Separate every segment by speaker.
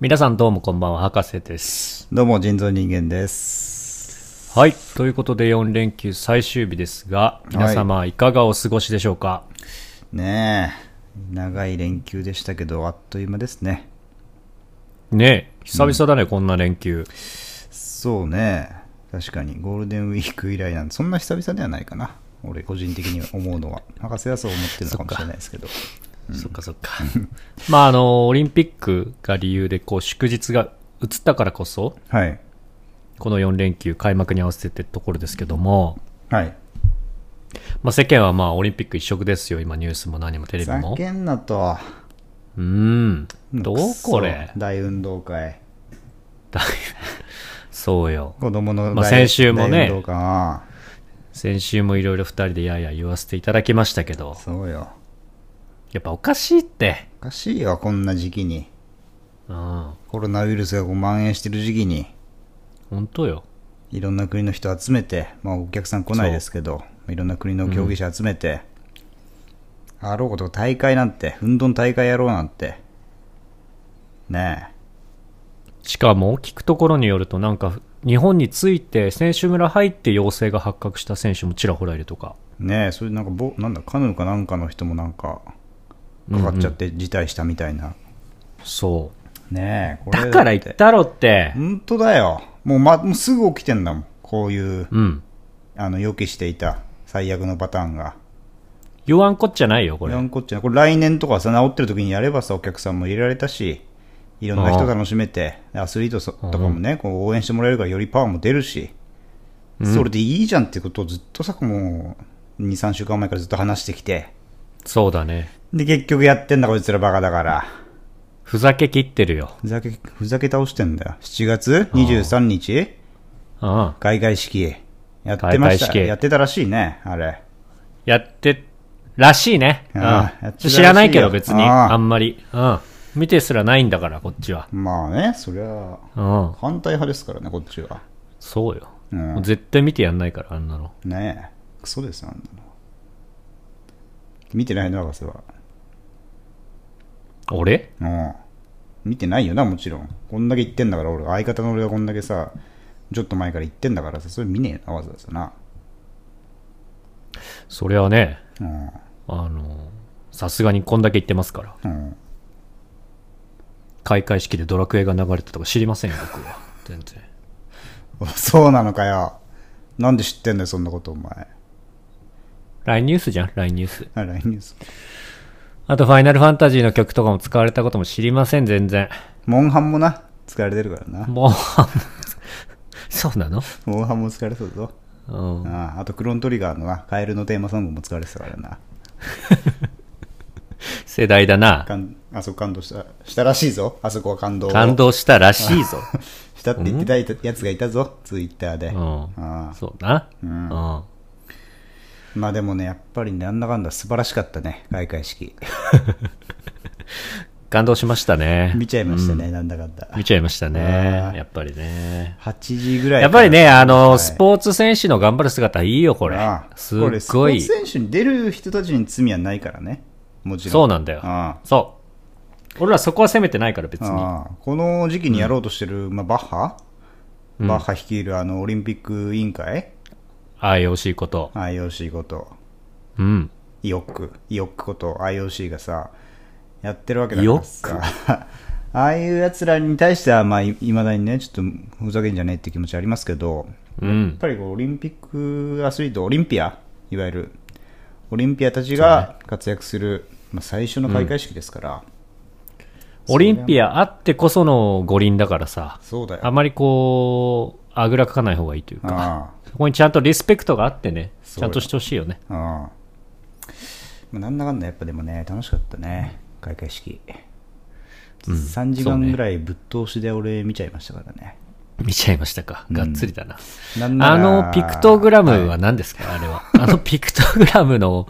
Speaker 1: 皆さんどうもこんばんは、博士です。
Speaker 2: どうも、人造人間です。
Speaker 1: はい。ということで、4連休最終日ですが、皆様いかがお過ごしでしょうか、
Speaker 2: ねえ、長い連休でしたけど、あっという間ですね。
Speaker 1: ねえ、久々だね、こんな連休。
Speaker 2: そうね、確かにゴールデンウィーク以来なんで、そんな久々ではないかな。俺、個人的に思うのは。博士はそう思ってるのかもしれないですけど。
Speaker 1: そっかそっか。 まあ、あの、オリンピックが理由で、こう、祝日が移ったからこそ、
Speaker 2: はい。
Speaker 1: この4連休開幕に合わせてってところですけども、
Speaker 2: はい。
Speaker 1: まあ、世間はまあ、オリンピック一色ですよ、今、ニュースも何もテレビ
Speaker 2: ざ
Speaker 1: も。
Speaker 2: けんなと。
Speaker 1: うーん。どう
Speaker 2: くっそ
Speaker 1: これ。
Speaker 2: 大運動会。
Speaker 1: だいぶそうよ。
Speaker 2: 子供の大,、
Speaker 1: まあ先週もね
Speaker 2: 大運動会は
Speaker 1: 先週もいろいろ2人でやいや言わせていただきましたけど、
Speaker 2: そうよ。
Speaker 1: やっぱおかしいって。
Speaker 2: おかしいよ、こんな時期に。
Speaker 1: うん。
Speaker 2: コロナウイルスがこう蔓延してる時期に。
Speaker 1: 本当よ。
Speaker 2: いろんな国の人集めて、まあ、お客さん来ないですけど、いろんな国の競技者集めて、あろうこと大会なんて、運動の大会やろうなんて、ね
Speaker 1: しかも聞くところによるとなんか日本について選手村入って陽性が発覚した選手もちらほらいるとか。
Speaker 2: え、ねえ、それなんかボ、なんだ、カヌーかなんかの人もなんか、かかっちゃって辞退したみたいな、
Speaker 1: そ
Speaker 2: ねえ、こ
Speaker 1: う。
Speaker 2: れ
Speaker 1: だから言ったろって。
Speaker 2: 本当だよ、もう,、ま、もうすぐ起きてんだもん、こういう、
Speaker 1: うん。
Speaker 2: あの予期していた最悪のパターンが。
Speaker 1: 言わんこっちゃないよ、こ
Speaker 2: こ
Speaker 1: れ
Speaker 2: れ。こっちゃないこれ来年とかさ治ってる時にやればさお客さんも入れられたしいろんな人楽しめてアスリートそとかもね、こう応援してもらえるからよりパワーも出るし、それでいいじゃんってことをずっとさもう23週間前からずっと話してきて
Speaker 1: そうだね。
Speaker 2: で結局やってんだこいつらバカだから
Speaker 1: ふざけきってるよ。
Speaker 2: ふざけふざけ倒してんだよ7月23日
Speaker 1: うん。
Speaker 2: 開会式やってました
Speaker 1: 開会式
Speaker 2: やってたらしいねあれ
Speaker 1: やって、らしいね。う
Speaker 2: うんんやってたらしいよ
Speaker 1: 知らないけど別に、
Speaker 2: うん
Speaker 1: あんまり。うん。見てすらないんだから、こっちは。
Speaker 2: まあねそりゃ
Speaker 1: うん。
Speaker 2: 反対派ですからねこっちは
Speaker 1: そうよ。
Speaker 2: うん
Speaker 1: もう絶対見てやんないから、あんなの。
Speaker 2: ねえクソですよあんなの見てないの博士は
Speaker 1: 俺
Speaker 2: うん見てないよなもちろんこんだけ言ってんだから俺相方の俺がこんだけさちょっと前から言ってんだからさそれ見ねえよなわざわざな
Speaker 1: それはね、
Speaker 2: うん
Speaker 1: あの、さすがにこんだけ言ってますから。
Speaker 2: うん
Speaker 1: 開会式でドラクエが流れたとか知りませんよ、僕は。全然。
Speaker 2: おそう なのかよなんで知ってんだよそんなことお前
Speaker 1: LINE ニュースじゃん ?LINE ニュース。
Speaker 2: あ LINE ニュース
Speaker 1: あと、ファイナルファンタジーの曲とかも使われたことも知りません、全然。
Speaker 2: モンハンもな使われてるからな
Speaker 1: もう、そう なの
Speaker 2: モンハンも使われそうだぞ
Speaker 1: うん
Speaker 2: う。んあとクロントリガーのなカエルのテーマソングも使われてたからな
Speaker 1: 世代だな。
Speaker 2: 感あそこ感動したしたらしいぞあそこは感動を
Speaker 1: 感動したらしいぞ。
Speaker 2: したって言ってたやつがいたぞ、ツイッターで。
Speaker 1: うん
Speaker 2: ああ
Speaker 1: そうな。うん。
Speaker 2: まあでもね、やっぱりなんだかんだ素晴らしかったね、開会式。
Speaker 1: 感動しましたね。
Speaker 2: 見ちゃいましたね、なんだかんだ。
Speaker 1: 見ちゃいましたね
Speaker 2: あ。ー
Speaker 1: やっぱりね。
Speaker 2: 8時ぐらい。
Speaker 1: やっぱりね、あの、
Speaker 2: はい
Speaker 1: スポーツ選手の頑張る姿いいよ、これ
Speaker 2: あ。あ
Speaker 1: す
Speaker 2: これ
Speaker 1: っ
Speaker 2: スポ
Speaker 1: ご
Speaker 2: ー
Speaker 1: い
Speaker 2: ツ。選手に出る人たちに罪はないからね。もちろん。
Speaker 1: そうなんだよ
Speaker 2: あ
Speaker 1: そう。俺らそこは責めてないから、別
Speaker 2: あ
Speaker 1: に。
Speaker 2: ああこの時期にやろうとしてる、まあ、バッハ、バッハ率いるあのオリンピック委員会
Speaker 1: IOC こと。
Speaker 2: ?IOC こと、
Speaker 1: うん。
Speaker 2: イオック、イオックこと IOC がさ、やってるわけだからさ、 ああいうやつらに対しては、まあ、いまだにね、ちょっとふざけんじゃねえって気持ちありますけど、
Speaker 1: う
Speaker 2: やっ
Speaker 1: ん。
Speaker 2: ぱりこうオリンピックアスリート、オリンピア、いわゆる、オリンピアたちが活躍する、まあ、最初の開会式ですから、
Speaker 1: オリンピアあってこその五輪だからさ、
Speaker 2: そうだよ。
Speaker 1: あまりこう、あぐらかかない方がいいというか、
Speaker 2: あ
Speaker 1: そこにちゃんとリスペクトがあってね、
Speaker 2: そう
Speaker 1: ち
Speaker 2: よ
Speaker 1: ゃんとしてほしいよね。
Speaker 2: あ、ああ。まあなんだかんだやっぱでもね、楽しかったね、開会式。3時間ぐらいぶっ通しで俺見ちゃいましたからね。
Speaker 1: 見ちゃいましたか。がっつりだな。
Speaker 2: なんなら
Speaker 1: あのピクトグラムは何ですか、あれ は。あのピクトグラムの、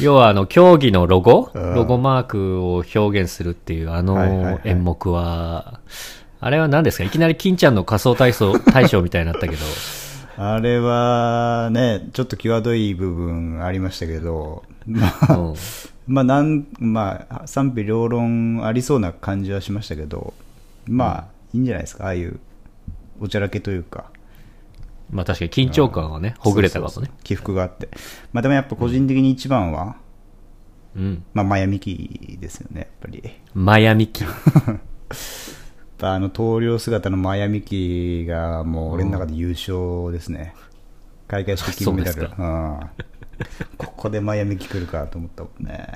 Speaker 1: 要はあの競技のロゴ、
Speaker 2: うん
Speaker 1: ロゴマークを表現するっていうあ
Speaker 2: はいはいはい
Speaker 1: の演目は、あれは何ですかいきなり金ちゃんの仮想体操、 大賞みたいになったけ ど、
Speaker 2: あれはね、ちょっと際どい部分ありましたけど、まあ、
Speaker 1: うん
Speaker 2: まあ、なんまあ賛否両論ありそうな感じはしましたけど、まあ、いいんじゃないですか、ああいうおちゃらけというか、
Speaker 1: まあ確かに緊張感はね、ほぐれたかも
Speaker 2: そう
Speaker 1: ね
Speaker 2: そうそう。起伏があって、まあ、でもやっぱ個人的に一番は、
Speaker 1: うん。
Speaker 2: まあ、マヤミキですよね、やっぱり。やっ
Speaker 1: マヤミキ。
Speaker 2: ぱあの投了姿のマヤミキが、もう俺の中で優勝ですね、開会式金メダ
Speaker 1: そう
Speaker 2: ル、
Speaker 1: です
Speaker 2: うんここでマヤミキ来るかと思ったもんね。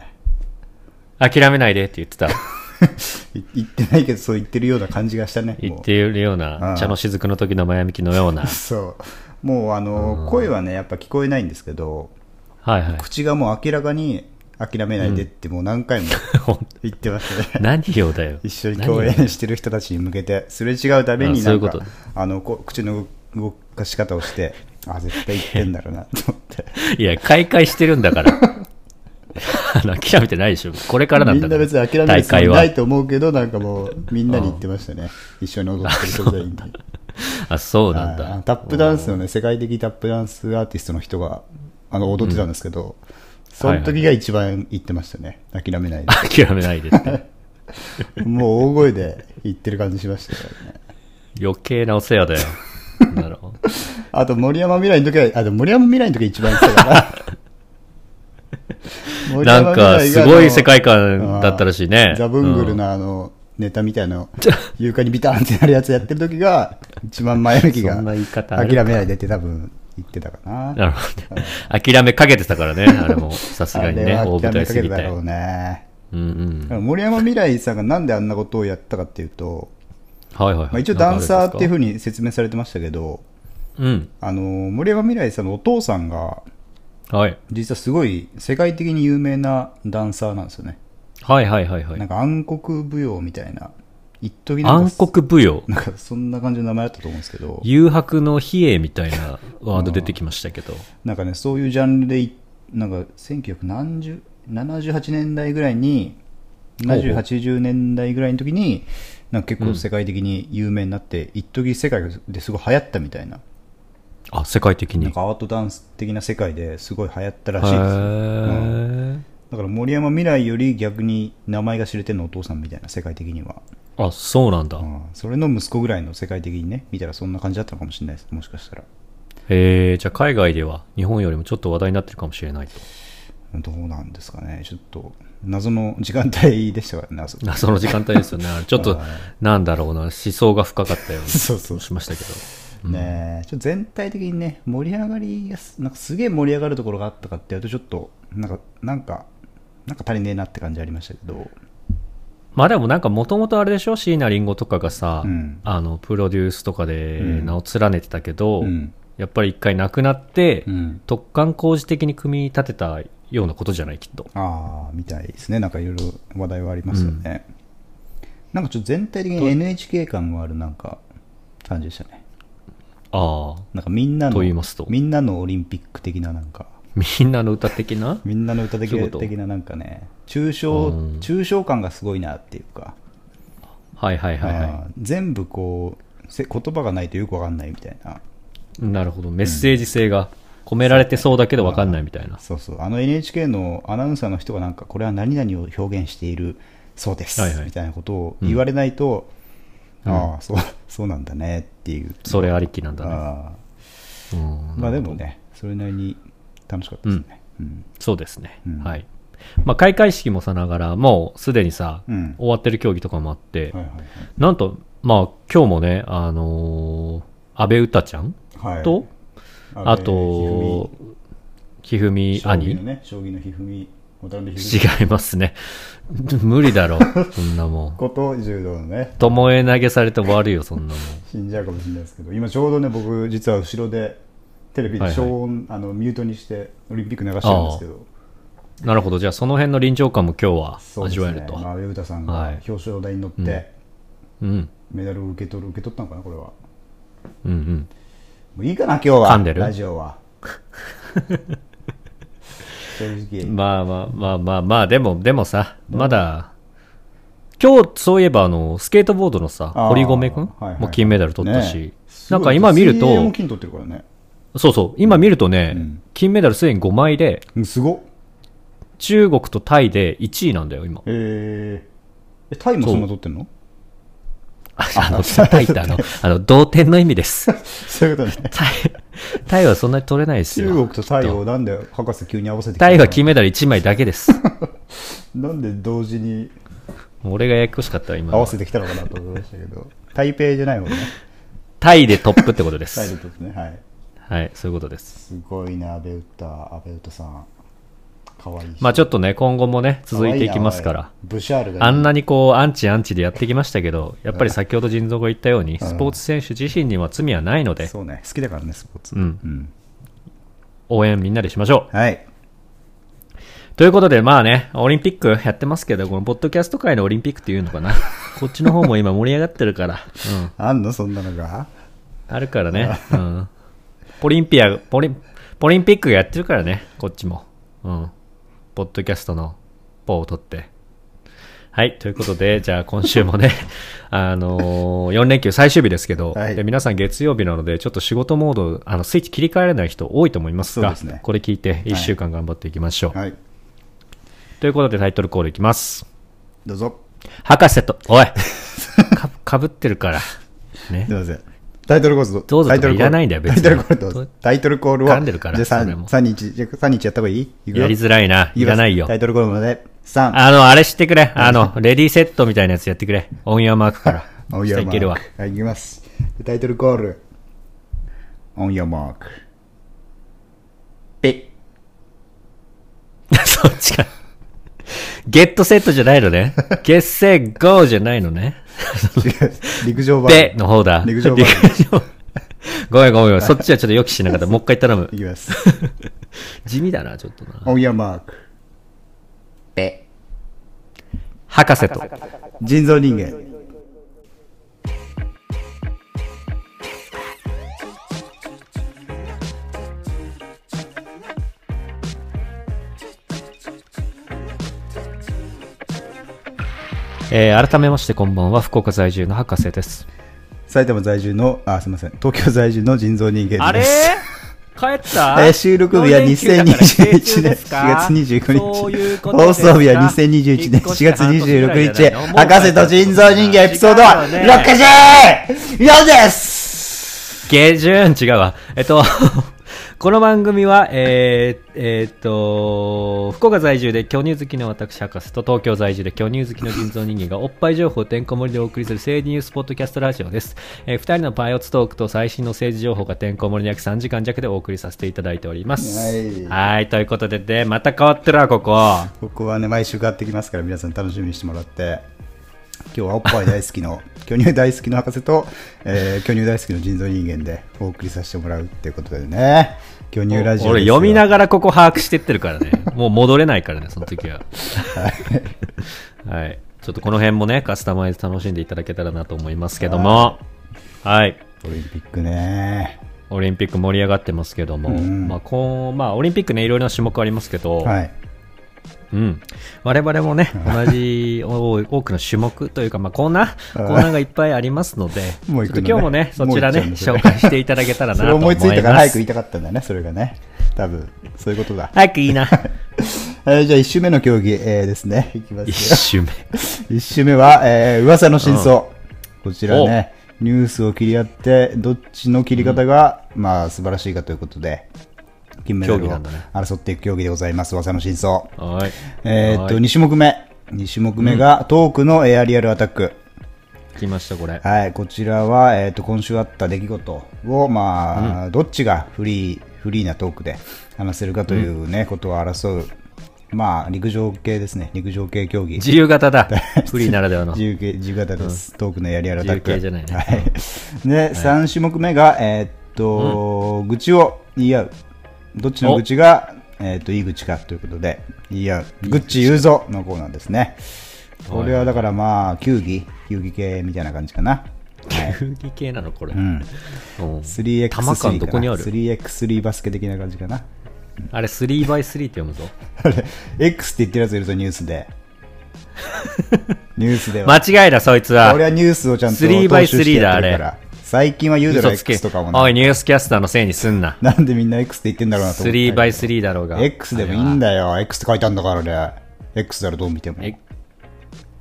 Speaker 1: 諦めないでって言って た。
Speaker 2: い言ってないけど、そう言ってるような感じがしたね、
Speaker 1: 言
Speaker 2: も
Speaker 1: っ
Speaker 2: う
Speaker 1: ているよう
Speaker 2: う、
Speaker 1: なん茶の雫の時のマヤミキのよ うな。
Speaker 2: そう、もうあの、声はね、やっぱ聞こえないんですけど、
Speaker 1: はいはい。
Speaker 2: 口がもう明らかに諦めないでって、もう何回も
Speaker 1: ほん
Speaker 2: 言ってますね。
Speaker 1: 何よだよ。
Speaker 2: 一緒に共演してる人たちに向けてすれ違うために
Speaker 1: あそうう
Speaker 2: ない
Speaker 1: んこ
Speaker 2: か
Speaker 1: と
Speaker 2: あのこう口の動かし方をしてあ絶対言ってんだろうなと思って
Speaker 1: いや、開会してるんだから。 あの、諦めてないでしょ。これからなん
Speaker 2: み
Speaker 1: だ
Speaker 2: ん
Speaker 1: か
Speaker 2: な
Speaker 1: ら。
Speaker 2: 別に諦める
Speaker 1: 大
Speaker 2: つもり
Speaker 1: 会
Speaker 2: な。
Speaker 1: はい
Speaker 2: と思うけどなんかもうみんなに言ってましたね一緒に踊ってる人全員に
Speaker 1: あ、そうなん
Speaker 2: はいあの
Speaker 1: だ。
Speaker 2: タップダンスのね世界的タップダンスアーティストの人があの踊ってたんですけど、その時が一番言ってましたね諦め ない
Speaker 1: 諦めないでって。
Speaker 2: でもう大声で言ってる感じしましたよね
Speaker 1: 余計なお世話 だよ。なるほど。
Speaker 2: あと森山未来の時は、あ、でも森山未来の時は一番言ってたから。森
Speaker 1: な
Speaker 2: 山
Speaker 1: んか、
Speaker 2: 未
Speaker 1: す
Speaker 2: 来が
Speaker 1: ごい世界観だったらしい
Speaker 2: あ
Speaker 1: ね
Speaker 2: の。ザブングルのあの、ネタみたいなの、床にビターンってなるやつやってる時が、一番前向きが、
Speaker 1: そんな言い方あ
Speaker 2: 諦
Speaker 1: るか
Speaker 2: めないでって多分言ってたか
Speaker 1: うん。
Speaker 2: な。
Speaker 1: なるほどね。諦めかけてたからね。あれも、さすがにね、
Speaker 2: あれ
Speaker 1: 大舞
Speaker 2: は諦
Speaker 1: 台
Speaker 2: めか
Speaker 1: す
Speaker 2: け
Speaker 1: ぎ
Speaker 2: て
Speaker 1: た
Speaker 2: だろ
Speaker 1: よ
Speaker 2: うね。
Speaker 1: うんうん。
Speaker 2: 森山未来さんがなんであんなことをやったかっていうと、
Speaker 1: はいはいはい。
Speaker 2: まあ、一応ダンサーっていうふ
Speaker 1: う
Speaker 2: うに説明されてましたけど、
Speaker 1: うん。
Speaker 2: あの、森山未来さんのお父さんが、
Speaker 1: はい。
Speaker 2: 実はすごい世界的に有名なダンサーなんですよね、
Speaker 1: はいはいはいは
Speaker 2: なん
Speaker 1: い。
Speaker 2: か暗黒舞踊みたいな一時なん
Speaker 1: 暗
Speaker 2: か
Speaker 1: 黒舞踊。
Speaker 2: なんかそんな感じの名前だったと思うんですけど
Speaker 1: 誘白の比叡みたい なワード出てきましたけど。
Speaker 2: なんかねそういうジャンルでいなんか1978年代ぐらいに
Speaker 1: ほうほう
Speaker 2: 7080年代ぐらいの時になんか結構世界的に有名になって、一時世界ですごい流行ったみたいな
Speaker 1: あ、世界的に。
Speaker 2: なんかアートダンス的な世界ですごい流行ったらしい
Speaker 1: へ
Speaker 2: です
Speaker 1: ー
Speaker 2: だから森山未来より逆に名前が知れてるのお父さんみたいな世界的には
Speaker 1: あ、そうなんだ。
Speaker 2: うんそれの息子ぐらいの世界的にね見たらそんな感じだったのかもしれないですもしかしたら
Speaker 1: へえ、じゃあ海外では日本よりもちょっと話題になってるかもしれないと。
Speaker 2: どうなんですかねちょっと謎の時間帯でしたからねあそこ
Speaker 1: あその時間帯ですよ ね。ちょっと、なんだろうな、思想が深かったような
Speaker 2: そうそう
Speaker 1: しましたけど。
Speaker 2: ねえちょっと全体的にね盛り上がりがすなんかすげえ盛り上がるところがあったかっていうとちょっとなんかなんかなんか足りねえなって感じありましたけど
Speaker 1: まあでもなんかもともとあれでしょ椎名林檎とかがさ、
Speaker 2: うん
Speaker 1: あの、プロデュースとかで
Speaker 2: うん
Speaker 1: 名を連ねてたけど、
Speaker 2: うん
Speaker 1: やっぱり一回亡くなって、
Speaker 2: うん
Speaker 1: 突貫工事的に組み立てたようなことじゃないきっと。
Speaker 2: ああみたいですねなんかいろいろ話題はありますよね、なんかちょっと全体的に NHK 感があるなんか感じでしたね
Speaker 1: ああ、
Speaker 2: なんかみんなの
Speaker 1: と言いますと
Speaker 2: みんなのオリンピック的ななんか
Speaker 1: みんなの歌的な
Speaker 2: みんなの歌的
Speaker 1: そういうこと
Speaker 2: 的ななんかね抽象
Speaker 1: うん
Speaker 2: 抽象感がすごいなっていうか、
Speaker 1: はいはいはいは。
Speaker 2: あー全部こうせ言葉がないとよくわかんないみたいない
Speaker 1: なるほど。メッセージ性が込められてそうだけど分かんないみたいな。
Speaker 2: そうそうあの NHK のアナウンサーの人がなんかこれは何々を表現しているそうです、
Speaker 1: はいはい
Speaker 2: みたいなことを言われないと、ああそう そうなんだねっていう、
Speaker 1: それありきなんだね。
Speaker 2: あ
Speaker 1: うん
Speaker 2: ーまあでもねそれなりに楽しかったですね、うん
Speaker 1: そうですね。
Speaker 2: うん
Speaker 1: はい。まあ、開会式もさながら、もうすでにさ、
Speaker 2: うん
Speaker 1: 終わってる競技とかもあって、
Speaker 2: はいはい
Speaker 1: なんと、まあ、今日もね、あのー安倍詩ちゃん
Speaker 2: はいはい
Speaker 1: と、
Speaker 2: 安倍
Speaker 1: あと、ひふみ
Speaker 2: 一二三将棋の
Speaker 1: 兄
Speaker 2: ね将棋のひふみ渡辺ひふみ
Speaker 1: 違いますね。無理だろ、そんなもん。
Speaker 2: こと柔道のね
Speaker 1: ともえ投げされて終わるよ、そんなもん。
Speaker 2: 死んじゃうかもしれないですけど今ちょうどね僕実は後ろでテレビ
Speaker 1: は
Speaker 2: で
Speaker 1: いはい
Speaker 2: 消音、あのミュートにしてオリンピック流してるんですけど
Speaker 1: なるほど、じゃあその辺の臨場感も今日
Speaker 2: そ
Speaker 1: は
Speaker 2: う
Speaker 1: 味
Speaker 2: です
Speaker 1: わ
Speaker 2: ね
Speaker 1: えると。
Speaker 2: まあ、上田さん
Speaker 1: はい
Speaker 2: が表彰台に乗って、
Speaker 1: うん。
Speaker 2: メダルを受け取る受け取ったのかなこれはも
Speaker 1: うんうん。
Speaker 2: ういいかな今日は
Speaker 1: 噛んでる
Speaker 2: ラジオ は正直、
Speaker 1: まあまあまあまあまあ、でも、でもさ、まだ、今日そういえばあの、スケートボードのさ、
Speaker 2: あー
Speaker 1: 堀米くん
Speaker 2: はいはいはい
Speaker 1: もう金メダル取ったし
Speaker 2: ね、
Speaker 1: なんか今見る
Speaker 2: 水泳も
Speaker 1: と、
Speaker 2: 金取ってるからね
Speaker 1: そうそう、今見るとね、
Speaker 2: うん
Speaker 1: 金メダルすでに5枚で、
Speaker 2: うんすごっ
Speaker 1: 中国とタイで1位なんだよ、今。
Speaker 2: えーえタイもそんな取ってんの
Speaker 1: ああの、タイってあの、あの、同点の意味です。
Speaker 2: そうい うことね。
Speaker 1: タイ、タイはそんなに取れないですよ。
Speaker 2: 中国とタイをなんで博士急に合わせてきた
Speaker 1: タ
Speaker 2: の
Speaker 1: イは金メダル1枚だけです。
Speaker 2: なんで同時に
Speaker 1: 俺がややこしかったら今の
Speaker 2: 合
Speaker 1: は
Speaker 2: わせてきたのかなと思いましたけど、 台北じゃないもんね。
Speaker 1: タイでトップってことで
Speaker 2: タイ
Speaker 1: す
Speaker 2: で。とってね。はい。
Speaker 1: はい、そういうことです。
Speaker 2: すごいな、阿部詩、阿部詩さん。かわいいし。
Speaker 1: まあちょっとね、今後もね、続いていきますか
Speaker 2: 可
Speaker 1: ら
Speaker 2: 愛い。な。おいブシャールが
Speaker 1: あんなにこう、アンチアンチでやってきましたけど、やっぱり先ほど腎臓が言ったように、
Speaker 2: うん
Speaker 1: スポーツ選手自身には罪はないので、
Speaker 2: そうね、好きだからね、スポーツ。
Speaker 1: うん
Speaker 2: うん。
Speaker 1: 応援みんなでしましょう。
Speaker 2: はい。
Speaker 1: ということで、まあね、オリンピックやってますけど、このポッドキャスト界のオリンピックっていうの かな。こっちの方も今盛り上がってるから、うん。
Speaker 2: あんのそんなのが
Speaker 1: あるからね、うん。ポリンピア、ポリン、ポリンピックやってるからね、こっちも。うん。ポッドキャストのポを取って。はい。ということ で、じゃあ今週もね、 あのー、4連休最終日ですけど、
Speaker 2: はい
Speaker 1: で皆さん月曜日なので、ちょっと仕事モード、あの、スイッチ切り替えられない人多いと思います
Speaker 2: そう
Speaker 1: が、
Speaker 2: ですね
Speaker 1: これ聞いて1週間頑張っていきましょう。
Speaker 2: はい。
Speaker 1: ということでタイトルコールいきます。
Speaker 2: どうぞ。
Speaker 1: 博士と、 おいかかぶってるから。ね
Speaker 2: すい。ません。タイトルコールどう
Speaker 1: どうぞ
Speaker 2: タイトルコール
Speaker 1: いらないんだよ別
Speaker 2: タ
Speaker 1: に
Speaker 2: イトルコールどうぞ
Speaker 1: ど
Speaker 2: タイトルコールを。
Speaker 1: 噛んでるから
Speaker 2: じゃあ
Speaker 1: それも
Speaker 2: 3、三日、じゃあ三日やった方がいいいくよ
Speaker 1: やりづらいな。いらないよ
Speaker 2: タ。イトルコールまで。3。
Speaker 1: あの、あれしてくれ。あの、レディーセットみたいなやつやってくれ。オンヤーマークから。
Speaker 2: オンヤー
Speaker 1: 下
Speaker 2: マ
Speaker 1: いけるわ
Speaker 2: ー。ク。はい、いきます。タイトルコール。オンヤーマーク。ピ
Speaker 1: そっちか。ゲットセットじゃないの ね。結成ゴーじゃないのね。
Speaker 2: ッ。違う陸上版。
Speaker 1: での方だ。
Speaker 2: 陸上版。
Speaker 1: 陸上ごめんごめんごめん。そっちはちょっと予期しなかった。もう一回頼 む
Speaker 2: い。きます。
Speaker 1: 地味だな、ちょっとな。
Speaker 2: オンヤーマーク。ペ。
Speaker 1: 博士と。
Speaker 2: 人造人間。
Speaker 1: えー改めましてこんばんは。福岡在住の博士です。
Speaker 2: 埼玉在住の、あ、すみません。東京在住の人造人間
Speaker 1: あれ
Speaker 2: です。
Speaker 1: 帰った
Speaker 2: えー収録日は2021年4月29日。放送日は2021年4月26日。博士と人造人間エピソードは64です
Speaker 1: 下旬違うわ。えっと、 この番組は、えーえーっと、福岡在住で巨乳好きの私、博士と東京在住で巨乳好きの人造人間がおっぱい情報てんこ盛りでお送りする政治ニュースポッドキャストラジオです。えー、二人のパイオツトークと最新の政治情報がてんこ盛りの約3時間弱でお送りさせていただいております。
Speaker 2: はい
Speaker 1: はいということで、で、また変わってるわ、ここ。
Speaker 2: ここはね、毎週買ってきますから皆さん楽しみにしてもらって。今日はおっぱい大好きの、 巨乳大好きの博士と、えー巨乳大好きの人造人間でお送りさせてもらうっていうことでね。巨乳ラジオです
Speaker 1: 俺
Speaker 2: よ
Speaker 1: 読みながらここ把握してってるからね。もう戻れないからね、その時は。はい。ちょっとこの辺もね、カスタマイズ楽しんでいただけたらなと思いますけども。はい。
Speaker 2: オリンピックね。
Speaker 1: オリンピック盛り上がってますけども。
Speaker 2: うん
Speaker 1: まあ、こう、まあ、オリンピックね、いろいろな種目ありますけど、
Speaker 2: はい。
Speaker 1: うん。我々もね、同じ多い多くの種目というか、まあ、コーナー、コ
Speaker 2: うん
Speaker 1: ーナーがいっぱいありますので、
Speaker 2: もう
Speaker 1: ち
Speaker 2: 行
Speaker 1: ょ
Speaker 2: くのね
Speaker 1: っと今日もね、そちらね、
Speaker 2: もう行っちゃう
Speaker 1: 紹
Speaker 2: んだ
Speaker 1: 介していただけたら
Speaker 2: そ
Speaker 1: な
Speaker 2: れ
Speaker 1: と思
Speaker 2: 思
Speaker 1: い
Speaker 2: い
Speaker 1: ま
Speaker 2: つ
Speaker 1: す。
Speaker 2: いたから早く言いたかったんだね、それがね。多分、そういうことだ。
Speaker 1: 早くいいな。
Speaker 2: えーじゃあ1周目の競技、えーですね。いきます
Speaker 1: 一周目。
Speaker 2: よ。1周目は、えー噂の真相。こちらね、ニュースを切り合って、どっちの切り方が、まあ、素晴らしいかということで、金メダル
Speaker 1: 競技
Speaker 2: を
Speaker 1: なんだね
Speaker 2: 争っていく競技でございます。噂の真相。
Speaker 1: はい。
Speaker 2: えーっと、
Speaker 1: はい
Speaker 2: 2種目目。2種目目が、トークのエアリアルアタック。
Speaker 1: 来ました、これ。
Speaker 2: はい、こちらは、えー、と今週あった出来事を、まあどっちがフリーフリーなトークで話せるかという、ねことを争う、まあ、陸上系ですね、陸上系競技、
Speaker 1: 自由形 だ。フリーならではの
Speaker 2: 自。由系自由形です、トークのやりやらタッ
Speaker 1: 自
Speaker 2: ク。
Speaker 1: 由形じゃないね
Speaker 2: はいで3種目目が、えーっと愚痴を言い合う、どっちの愚痴が、えーっといい愚痴かということで、言い合う、グッチ言うぞのコーナーですね。これはだからまあ、球技、球技系みたいな感じかな。
Speaker 1: 球技系なの、これ。
Speaker 2: うん
Speaker 1: うん玉
Speaker 2: 3x3
Speaker 1: 感どこにある
Speaker 2: 3x3 バスケ的な感じかな
Speaker 1: あれ、3x3 って読むぞ。
Speaker 2: あれ X って言ってるやついるとニュー スでニュースでは
Speaker 1: 間違いだ、そいつは
Speaker 2: 俺。はニュースをちゃんと
Speaker 1: 3x3
Speaker 2: 踏襲してやってるから
Speaker 1: だあ
Speaker 2: 最近はユード
Speaker 1: 嘘
Speaker 2: ラ
Speaker 1: つけ
Speaker 2: X とかも。
Speaker 1: おい、
Speaker 2: ね
Speaker 1: ニュースキャスターのせいにすんな。
Speaker 2: なんでみんな X って言ってんだろうなと思って
Speaker 1: 3x3 だろうが。
Speaker 2: X でもいいんだよ X って書いてあるんだからね X だろどう見ても
Speaker 1: え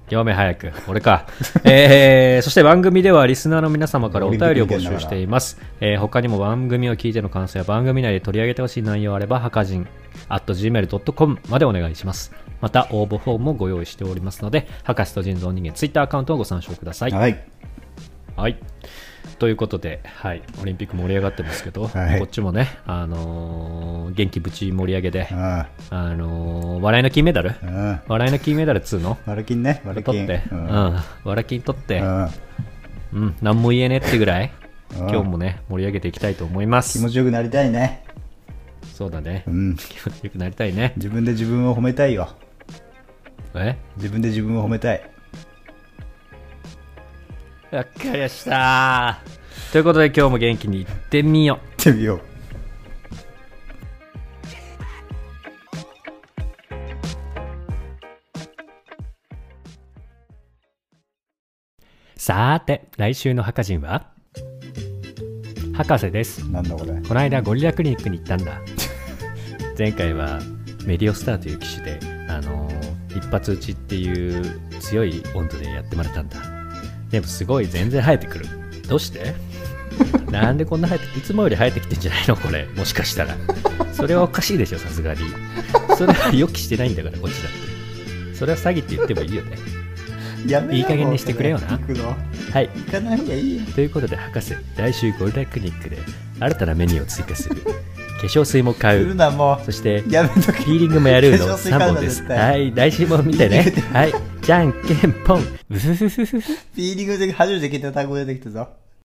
Speaker 1: 読め早く。俺か。 えー、そして番組ではリスナーの皆様からお便りを募集しています。えー、他にも番組を聞いての感想や番組内で取り上げてほしい内容あれば、はかじん、at gmail.com までお願いします。また、応募フォームもご用意しておりますので、博士と人造人間ツイッターアカウントをご参照ください。
Speaker 2: はい。
Speaker 1: はい。ということで、はい、オリンピック盛り上がってますけど、
Speaker 2: はい
Speaker 1: こっちもね、あのー元気ぶち盛り上げで、
Speaker 2: あ
Speaker 1: あのー笑いの金メダル、
Speaker 2: あ、うん。
Speaker 1: 笑いの金メダル2の、
Speaker 2: 割れ金ね、割れ
Speaker 1: 取っ
Speaker 2: 金。
Speaker 1: て、う、
Speaker 2: うんん。
Speaker 1: 笑い金取って、
Speaker 2: うん
Speaker 1: うん、何も言えねえってぐらい、
Speaker 2: うん
Speaker 1: 今日もね、盛り上げていきたいと思いま
Speaker 2: 気
Speaker 1: す
Speaker 2: 持。ちよくなりたいね。
Speaker 1: そうだね
Speaker 2: う。ん。
Speaker 1: 気持ちよくなりたいね。
Speaker 2: 自分で自分を褒めたいよ。
Speaker 1: え
Speaker 2: 自分で自分を褒めたい。
Speaker 1: わかりました。ということで、今日も元気にいってみよう。
Speaker 2: 行ってみよう。
Speaker 1: さーて、来週の博人は博士です。
Speaker 2: なんだこれ。
Speaker 1: この間ゴリラクリニックに行ったんだ前回はメディオスターという機種で、あのー一発打ちっていう強い温度でやってもらったんだでもすごい全然生えてくるどうしてなんでこんな生えていつもより生えてきてんじゃないのこれもしかしたらそれはおかしいでしょさすがにそれは予期してないんだからこっちだってそれは詐欺って言ってもいいよね
Speaker 2: やめなよ
Speaker 1: いい加減にしてくれよな
Speaker 2: もうそれ行くの
Speaker 1: はい
Speaker 2: 行かない方がいいよ。
Speaker 1: ということで博士来週ゴリラクリニックで新たなメニューを追加する化粧水も
Speaker 2: す
Speaker 1: 買
Speaker 2: る
Speaker 1: う
Speaker 2: な、も
Speaker 1: そして
Speaker 2: う。やめとけ。
Speaker 1: ヒーリングもやる
Speaker 2: 化粧
Speaker 1: の
Speaker 2: 水買う
Speaker 1: 3
Speaker 2: な
Speaker 1: 本です。
Speaker 2: 絶対
Speaker 1: はい、来週も見てね。はい、じゃんけんぽん。ブフフフフフ。
Speaker 2: フィーリングで初めて聞いた単語出てきたぞ。